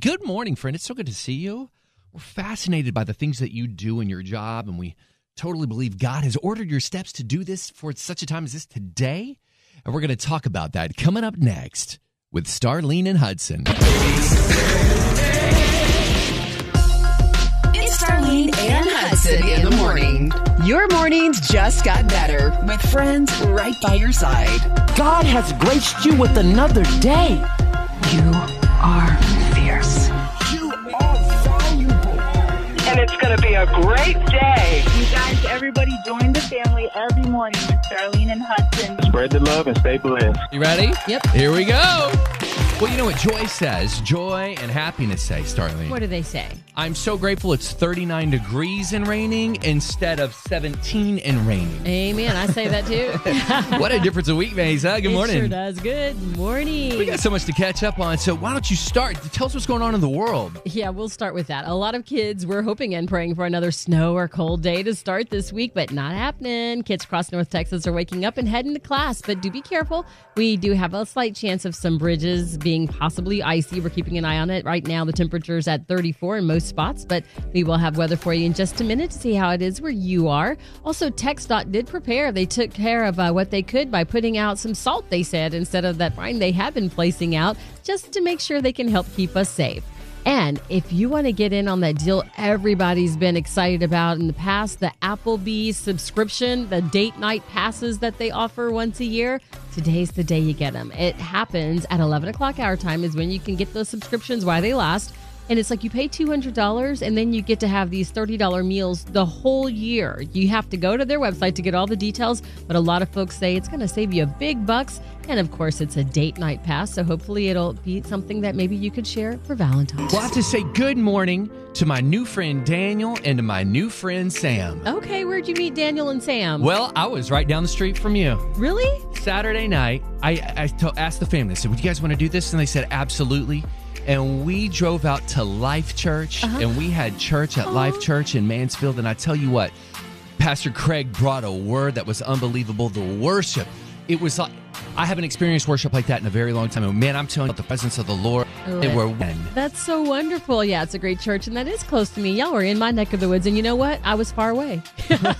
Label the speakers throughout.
Speaker 1: Good morning, friend. It's so good to see you. We're fascinated by the things that you do in your job, and we totally believe God has ordered your steps to do this for such a time as this today. And we're going to talk about that coming up next with Starlene and Hudson.
Speaker 2: It's Darlene and Hudson in the morning. Your mornings just got better with friends right by your side.
Speaker 3: God has graced you with another day.
Speaker 2: You are fierce.
Speaker 4: and it's going to be a great day.
Speaker 5: You guys, everybody join the family every morning with Darlene and Hudson.
Speaker 6: Spread the love and stay blessed.
Speaker 1: You ready?
Speaker 7: Yep.
Speaker 1: Here we go. Well, you know what Joy says? Joy and happiness say, Starlene.
Speaker 7: What do they say?
Speaker 1: I'm so grateful it's 39 degrees and raining instead of 17 and raining.
Speaker 7: Amen. I say that too.
Speaker 1: What a difference a week makes, huh? Good
Speaker 7: It sure
Speaker 1: morning.
Speaker 7: does. Good morning.
Speaker 1: we got so much to catch up on, so why don't you start? Tell us what's going on in the world.
Speaker 7: yeah, we'll start with that. A lot of kids were hoping and praying for another snow or cold day to start this week, but not happening. Kids across North Texas are waking up and heading to class, but do be careful. We do have a slight chance of some bridges being possibly icy. We're keeping an eye on it. Right now, the temperature's at 34 in most spots, but we will have weather for you in just a minute to see how it is where you are. Also, TxDOT did prepare. They took care of uh, what they could by putting out some salt, they said, instead of that brine they have been placing out, just to make sure they can help keep us safe. And if you want to get in on that deal everybody's been excited about in the past, the Applebee's subscription, the date night passes that they offer once a year, today's the day you get them. It happens at 11 o'clock our time, is when you can get those subscriptions while they last. And it's like you pay $200 and then you get to have these $30 meals the whole year. You have to go to their website to get all the details, but a lot of folks say it's going to save you big bucks. And of course, it's a date night pass, so hopefully it'll be something that maybe you could share for Valentine's.
Speaker 1: Well, I have to say good morning to my new friend Daniel and to my new friend Sam.
Speaker 7: Okay, where'd you meet Daniel and Sam?
Speaker 1: Well, I was right down the street from you.
Speaker 7: really?
Speaker 1: Saturday night, I, I to- asked the family, I said, Would you guys want to do this? And they said, Absolutely. And we drove out to Life Church
Speaker 7: Uh-huh.
Speaker 1: and we had church at Life Church in Mansfield. And I tell you what, Pastor Craig brought a word that was unbelievable the worship. It was like, I haven't experienced worship like that in a very long time. And man, I'm telling you, the presence of the Lord,
Speaker 7: Oh,
Speaker 1: and
Speaker 7: it-
Speaker 1: we're one.
Speaker 7: That's so wonderful. Yeah, it's a great church, and that is close to me. Y'all were in my neck of the woods, and you know what? I was far away.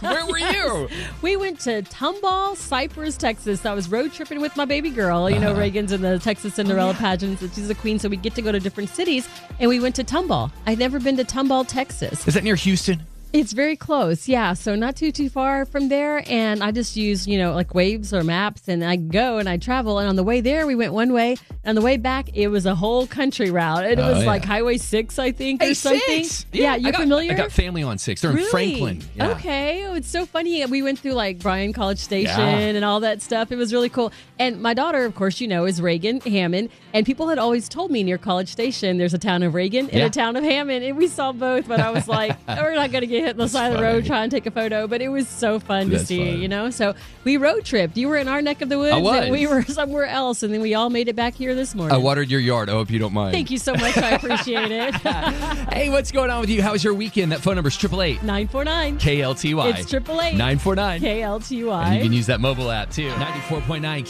Speaker 1: Where were you?
Speaker 7: We went to Tomball, Cypress, Texas. I was road tripping with my baby girl. You
Speaker 1: Uh-huh.
Speaker 7: know, Reagan's in the Texas Cinderella pageants, and she's a queen, so we get to go to different cities. And we went to Tomball. I'd never been to Tomball, Texas.
Speaker 1: Is that near Houston?
Speaker 7: It's very close, yeah. So not too too far from there, and I just use you know like waves or maps, and I go and I travel. And on the way there, we went one way. On the way back, it was a whole country route. It
Speaker 1: Oh,
Speaker 7: was
Speaker 1: yeah.
Speaker 7: like Highway Six, I think,
Speaker 1: Hey,
Speaker 7: or something.
Speaker 1: six.
Speaker 7: Yeah,
Speaker 1: I
Speaker 7: you
Speaker 1: got-
Speaker 7: familiar?
Speaker 1: I got family on six. They're in
Speaker 7: Really?
Speaker 1: Franklin. Yeah.
Speaker 7: Okay. Oh, it's so funny. We went through like Bryan College Station
Speaker 1: Yeah.
Speaker 7: and all that stuff. It was really cool. And my daughter, of course, you know, is Reagan Hammond. And people had always told me near College Station, there's a town of Reagan and
Speaker 1: Yeah.
Speaker 7: a town of Hammond. And we saw both, but I was like, "Oh, we're not going to get hit on the side of the road
Speaker 1: funny.
Speaker 7: trying to take a photo. But it was so fun to
Speaker 1: That's
Speaker 7: see,
Speaker 1: fun.
Speaker 7: you know? So we road tripped. You were in our neck of the woods
Speaker 1: was.
Speaker 7: and we were somewhere else. And then we all made it back here this morning.
Speaker 1: I watered your yard. I hope you don't mind.
Speaker 7: Thank you so much. I appreciate it.
Speaker 1: Hey, what's going on with you? How was your weekend? That phone number is 888
Speaker 7: 949
Speaker 1: KLTY.
Speaker 7: It's 888
Speaker 1: 949.
Speaker 7: KLTY.
Speaker 1: and you can use that mobile app too. 94.9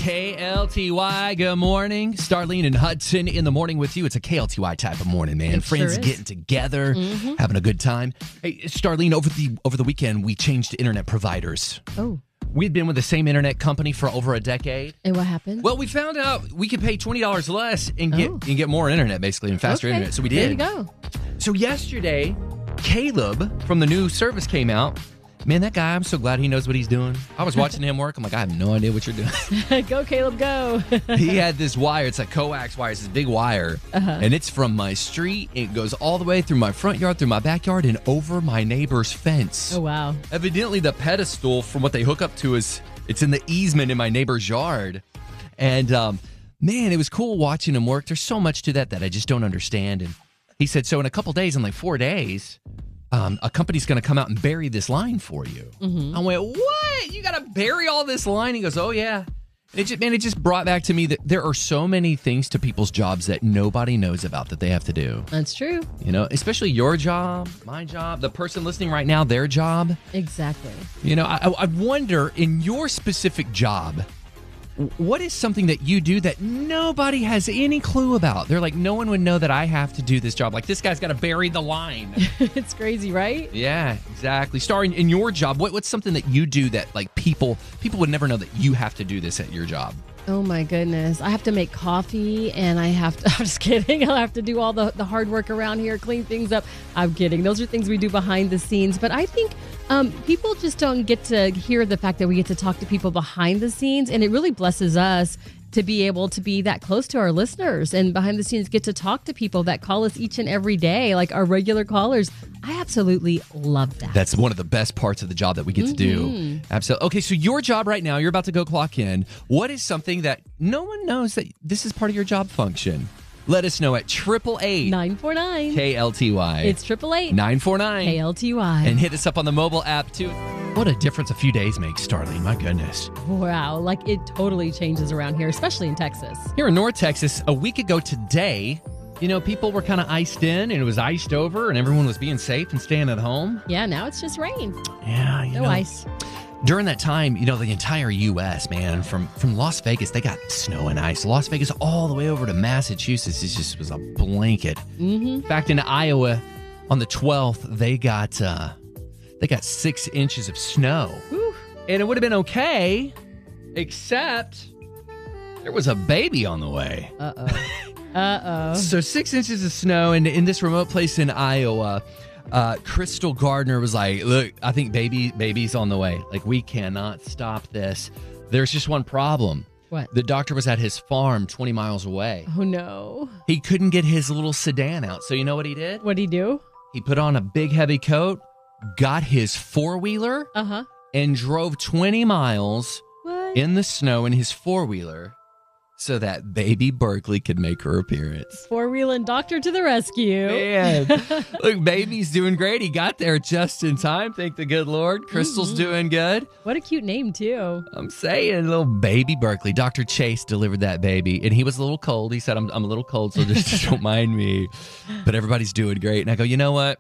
Speaker 1: KLTY. Good morning. Starlene and Hudson in the morning with you. It's a KLTY type of morning, man.
Speaker 7: It sure
Speaker 1: Friends
Speaker 7: is. Mm-hmm.
Speaker 1: getting together, having a good time. Hey, Starlene, over the over the weekend we changed internet providers.
Speaker 7: Oh,
Speaker 1: We'd been with the same internet company for over a decade.
Speaker 7: and what happened?
Speaker 1: Well, we found out we could pay twenty dollars less and get
Speaker 7: Oh.
Speaker 1: and get more internet basically and faster
Speaker 7: Okay.
Speaker 1: internet. So we
Speaker 7: There
Speaker 1: did.
Speaker 7: you go.
Speaker 1: So yesterday, Caleb from the new service came out. Man, that guy, I'm so glad he knows what he's doing. I was watching him work. I'm like, I have no idea what you're doing.
Speaker 7: go, Caleb, go.
Speaker 1: he had this wire. It's a coax wire. It's this big wire. And it's from my street. It goes all the way through my front yard, through my backyard, and over my neighbor's fence.
Speaker 7: oh, wow.
Speaker 1: Evidently, the pedestal from what they hook up to is it's in the easement in my neighbor's yard. And um, man, it was cool watching him work. There's so much to that that I just don't understand. And he said, so in a couple days, in like four days, um, a company's going to come out and bury this line for you. I went, what? You got to bury all this line? He goes, oh yeah. And it just, man, it just brought back to me that there are so many things to people's jobs that nobody knows about that they have to do.
Speaker 7: That's true.
Speaker 1: You know, especially your job, my job, the person listening right now, their job.
Speaker 7: Exactly.
Speaker 1: You know, I, I wonder in your specific job, What is something that you do that nobody has any clue about? They're like, no one would know that I have to do this job. Like, this guy's got to bury the line.
Speaker 7: it's crazy, right?
Speaker 1: yeah, exactly. Star, in, in your job, what, what's something that you do that like people people would never know that you have to do this at your job?
Speaker 7: Oh my goodness. I have to make coffee and I have to, I'm just kidding. I'll have to do all the, the hard work around here, clean things up. I'm kidding. Those are things we do behind the scenes. But I think um, people just don't get to hear the fact that we get to talk to people behind the scenes. And it really blesses us to be able to be that close to our listeners and behind the scenes get to talk to people that call us each and every day, like our regular callers. I absolutely love that.
Speaker 1: That's one of the best parts of the job that we get to do. Absolutely. Okay, so your job right now, you're about to go clock in. What is something that no one knows that this is part of your job function? Let us know at triple eight
Speaker 7: 949.
Speaker 1: KLTY.
Speaker 7: It's 888
Speaker 1: nine four nine.
Speaker 7: KLTY.
Speaker 1: and hit us up on the mobile app too. What a difference a few days makes, Starling. My goodness.
Speaker 7: Wow, like it totally changes around here, especially in Texas.
Speaker 1: Here in North Texas, a week ago today, you know, people were kind of iced in and it was iced over and everyone was being safe and staying at home.
Speaker 7: Yeah, now it's just rain.
Speaker 1: Yeah, you
Speaker 7: No
Speaker 1: know.
Speaker 7: ice.
Speaker 1: During that time, you know, the entire US, man, from from Las Vegas, they got snow and ice. Las Vegas all the way over to Massachusetts, it just was a blanket.
Speaker 7: hmm
Speaker 1: In fact, in Iowa on the 12th, they got uh, they got six inches of snow, and it would have been okay, except there was a baby on the way.
Speaker 7: Uh oh. Uh oh.
Speaker 1: So six inches of snow, and in this remote place in Iowa, uh, Crystal Gardner was like, "Look, I think baby baby's on the way. Like we cannot stop this. There's just one problem."
Speaker 7: What?
Speaker 1: The doctor was at his farm 20 miles away.
Speaker 7: Oh no.
Speaker 1: He couldn't get his little sedan out. So, you know what he did?
Speaker 7: What'd he do?
Speaker 1: He put on a big heavy coat, got his four wheeler,
Speaker 7: Uh huh.
Speaker 1: and drove 20 miles
Speaker 7: What?
Speaker 1: in the snow in his four wheeler so that baby Berkeley could make her appearance.
Speaker 7: Four wheeling doctor to the rescue.
Speaker 1: Man, look, baby's doing great. He got there just in time. Thank the good Lord. Crystal's doing good.
Speaker 7: What a cute name too.
Speaker 1: I'm saying, little baby Berkeley. Dr. Chase delivered that baby, and he was a little cold. He said, I'm, I'm a little cold, so just don't mind me. But everybody's doing great. And I go, you know what?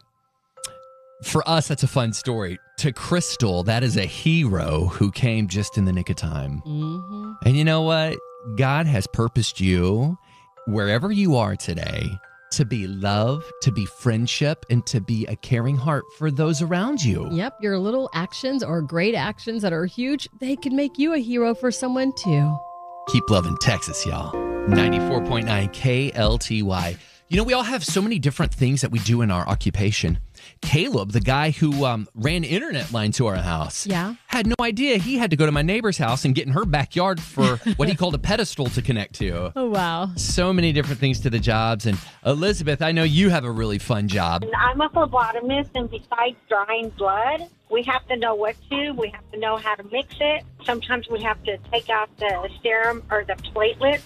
Speaker 1: For us, that's a fun story. To Crystal, that is a hero who came just in the nick of time.
Speaker 7: hmm
Speaker 1: And you know what? God has purposed you, wherever you are today, to be love, to be friendship, and to be a caring heart for those around you.
Speaker 7: Yep, your little actions or great actions that are huge, they can make you a hero for someone too.
Speaker 1: Keep loving Texas, y'all. 94.9 KLTY. You know, we all have so many different things that we do in our occupation. Caleb, the guy who um, ran internet line to our house,
Speaker 7: Yeah.
Speaker 1: had no idea he had to go to my neighbor's house and get in her backyard for what he called a pedestal to connect to.
Speaker 7: Oh wow.
Speaker 1: So many different things to the jobs. And Elizabeth, I know you have a really fun job.
Speaker 6: I'm a phlebotomist, and besides drawing blood, we have to know what to. We have to know how to mix it. Sometimes we have to take out the serum or the platelets,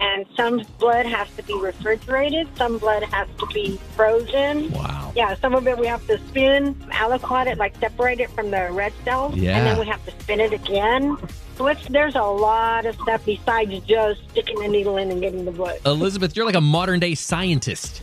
Speaker 6: and some blood has to be refrigerated. Some blood has to be frozen.
Speaker 1: Wow.
Speaker 6: Yeah, some of it we have to spin, aliquot it, like separate it from the red cells,
Speaker 1: Yeah.
Speaker 6: and then we have to spin it again. So it's, there's a lot of stuff besides just sticking the needle in and getting the blood.
Speaker 1: Elizabeth, you're like a modern day scientist.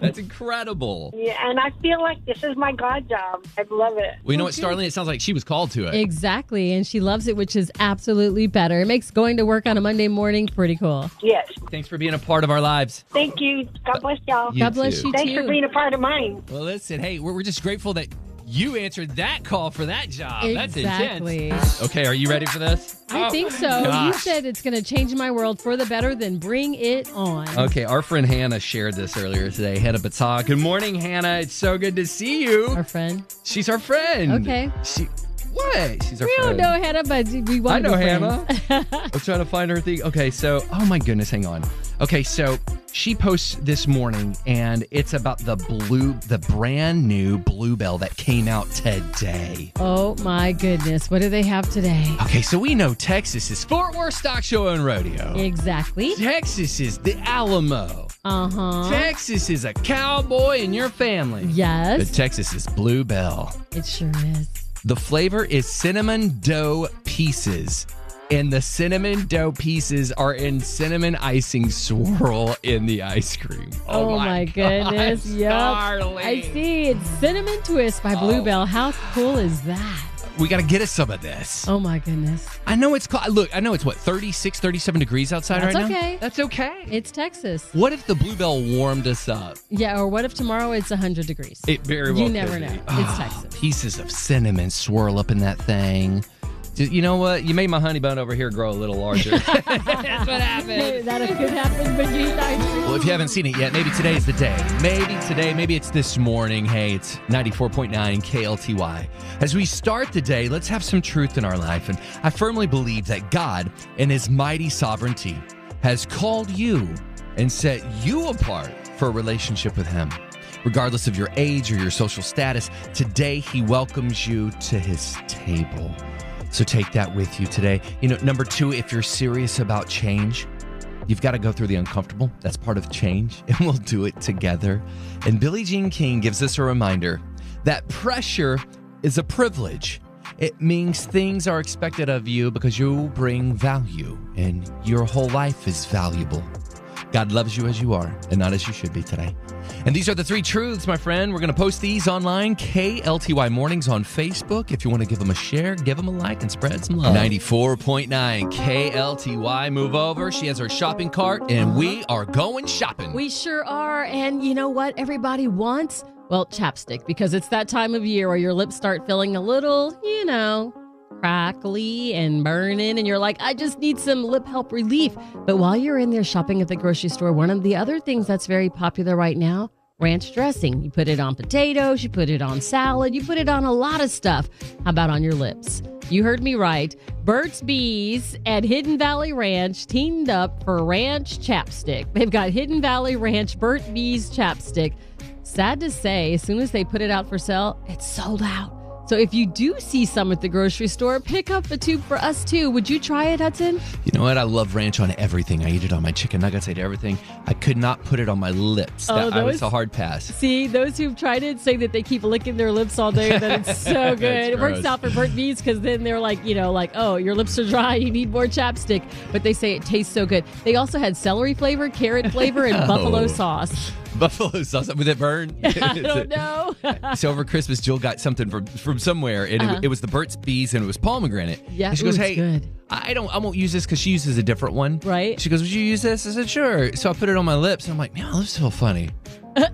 Speaker 1: That's incredible.
Speaker 6: Yeah, and I feel like this is my God job. I love it.
Speaker 1: Well, you know what, Starling? It sounds like she was called to it.
Speaker 7: Exactly. And she loves it, which is absolutely better. It makes going to work on a Monday morning pretty cool.
Speaker 6: Yes.
Speaker 1: Thanks for being a part of our lives.
Speaker 6: Thank you. God bless y'all.
Speaker 1: You
Speaker 7: God bless
Speaker 1: too.
Speaker 7: you
Speaker 6: Thanks
Speaker 7: too.
Speaker 6: for being a part of mine.
Speaker 1: Well, listen, hey, we're, we're just grateful that you answered that call for that job. That's
Speaker 7: Exactly.
Speaker 1: intense. Okay, are you ready for this?
Speaker 7: I
Speaker 1: Oh,
Speaker 7: think so. You
Speaker 1: gosh.
Speaker 7: said it's going to change my world for the better, then bring it on.
Speaker 1: Okay, our friend Hannah shared this earlier today. Hannah Batah. Good morning, Hannah. It's so good to see
Speaker 7: Our
Speaker 1: you.
Speaker 7: friend.
Speaker 1: She's our friend.
Speaker 7: Okay.
Speaker 1: She what? She's our
Speaker 7: We don't
Speaker 1: friend.
Speaker 7: know Hannah, but we
Speaker 1: I
Speaker 7: want to
Speaker 1: know
Speaker 7: be
Speaker 1: Hannah.
Speaker 7: friends.
Speaker 1: I'm trying to find her thing. Okay, so oh my goodness, hang on. Okay, so she posts this morning, and it's about the blue, the brand new Bluebell that came out today.
Speaker 7: oh my goodness. What do they have today?
Speaker 1: Okay, so we know Texas is Fort Worth Stock Show and Rodeo.
Speaker 7: Exactly.
Speaker 1: Texas is the Alamo.
Speaker 7: Uh huh.
Speaker 1: Texas is a cowboy in your family. But
Speaker 7: Yes.
Speaker 1: Texas is Bluebell.
Speaker 7: It sure is.
Speaker 1: The flavor is cinnamon dough pieces. And the cinnamon dough pieces are in cinnamon icing swirl in the ice cream.
Speaker 7: Oh, my goodness.
Speaker 1: gosh, Oh.
Speaker 7: Yep.
Speaker 1: Starling.
Speaker 7: I see. It's Cinnamon Twist by Bluebell. How cool is that?
Speaker 1: We got to get us some of this.
Speaker 7: Oh my goodness.
Speaker 1: I know it's called, look, I know it's what, 36, 37 degrees outside
Speaker 7: That's
Speaker 1: right
Speaker 7: okay.
Speaker 1: now? That's okay.
Speaker 7: It's Texas.
Speaker 1: What if the bluebell warmed us up?
Speaker 7: Yeah, or what if tomorrow it's 100 degrees?
Speaker 1: It very
Speaker 7: You
Speaker 1: well.
Speaker 7: never
Speaker 1: could be.
Speaker 7: know. It's
Speaker 1: Ah,
Speaker 7: Texas.
Speaker 1: Pieces of cinnamon swirl up in that thing. Ju- You know what? You made my honey bun over here grow a little larger.
Speaker 7: that could happen, but you thought
Speaker 1: well, if you haven't seen it yet, maybe today's the day. Maybe today, maybe it's this morning. Hey, it's 94.9 KLTY. As we start the day, let's have some truth in our life. And I firmly believe that God, in His mighty sovereignty, has called you and set you apart for a relationship with Him. Regardless of your age or your social status, today He welcomes you to His table. So take that with you today. You know, number two, if you're serious about change, You've got to go through the uncomfortable. That's part of change, and we'll do it together. And Billie Jean King gives us a reminder that pressure is a privilege. It means things are expected of you because you bring value, and your whole life is valuable. God loves you as you are and not as you should be today. And these are the three truths, my friend. We're going to post these online, KLTY Mornings on Facebook. If you want to give them a share, give them a like and spread some love. 94.9 KLTY, move over. She has her shopping cart, and we are going shopping.
Speaker 7: We sure are. And you know what everybody wants? Well, chapstick, because it's that time of year where your lips start feeling a little, you know, crackly and burning. And you're like, I just need some lip help relief. But while you're in there shopping at the grocery store, one of the other things that's very popular right now ranch dressing. You put it on potatoes, you put it on salad, you put it on a lot of stuff. How about on your lips? You heard me right. Burt's Bees at Hidden Valley Ranch teamed up for ranch chapstick. They've got Hidden Valley Ranch Burt Bees chapstick. Sad to say, as soon as they put it out for sale, it's sold out. So if you do see some at the grocery store, pick up a tube for us too. Would you try it, Hudson?
Speaker 1: You know what? I love ranch on everything. I eat it on my chicken nuggets, I eat everything. I could not put it on my lips.
Speaker 7: Oh,
Speaker 1: that, I was
Speaker 7: those-
Speaker 1: a hard pass.
Speaker 7: See, those who've tried it say that they keep licking their lips all day, that it's so
Speaker 1: That's
Speaker 7: good. It works
Speaker 1: gross.
Speaker 7: out for Burt Bees because then they're like, you know, like, oh, your lips are dry, you need more chapstick. But they say it tastes so good. They also had celery flavor, carrot flavor, and buffalo sauce.
Speaker 1: Buffalo sauce. Would it burn?
Speaker 7: I don't know.
Speaker 1: so over Christmas, Jill got something from from somewhere, and it, it was the Burt's Bees, and it was pomegranate.
Speaker 7: Uh-huh. Yeah,
Speaker 1: and she
Speaker 7: ooh,
Speaker 1: goes,
Speaker 7: it's
Speaker 1: "Hey,
Speaker 7: good."
Speaker 1: I don't, I won't use this because she uses a different one,
Speaker 7: Right.
Speaker 1: She goes, "Would you use this?" I said, "Sure." So I put it on my lips, and I'm like, "Man, my lips feel funny."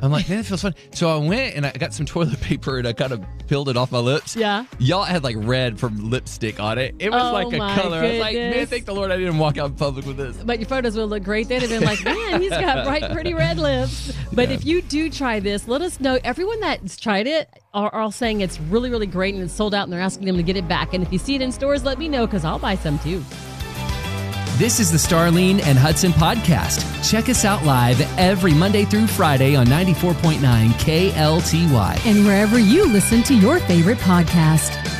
Speaker 1: I'm like, "Man, it feels funny." So I went and I got some toilet paper, and I kind of peeled it off my lips.
Speaker 7: Yeah.
Speaker 1: y'all it had like red from lipstick on it. It was
Speaker 7: Oh,
Speaker 1: like a
Speaker 7: my
Speaker 1: color. I was like, "Man,
Speaker 7: goodness.
Speaker 1: thank the Lord, I didn't walk out in public with this."
Speaker 7: but your photos will look great then and then like man he's got bright pretty red lips but if you do try this let us know everyone that's tried it are all saying it's really really great and it's sold out and they're asking them to get it back and if you see it in stores let me know because i'll buy some too
Speaker 8: This is the Starlene and Hudson podcast. Check us out live every Monday through Friday on 94.9 KLTY.
Speaker 9: and wherever you listen to your favorite podcast.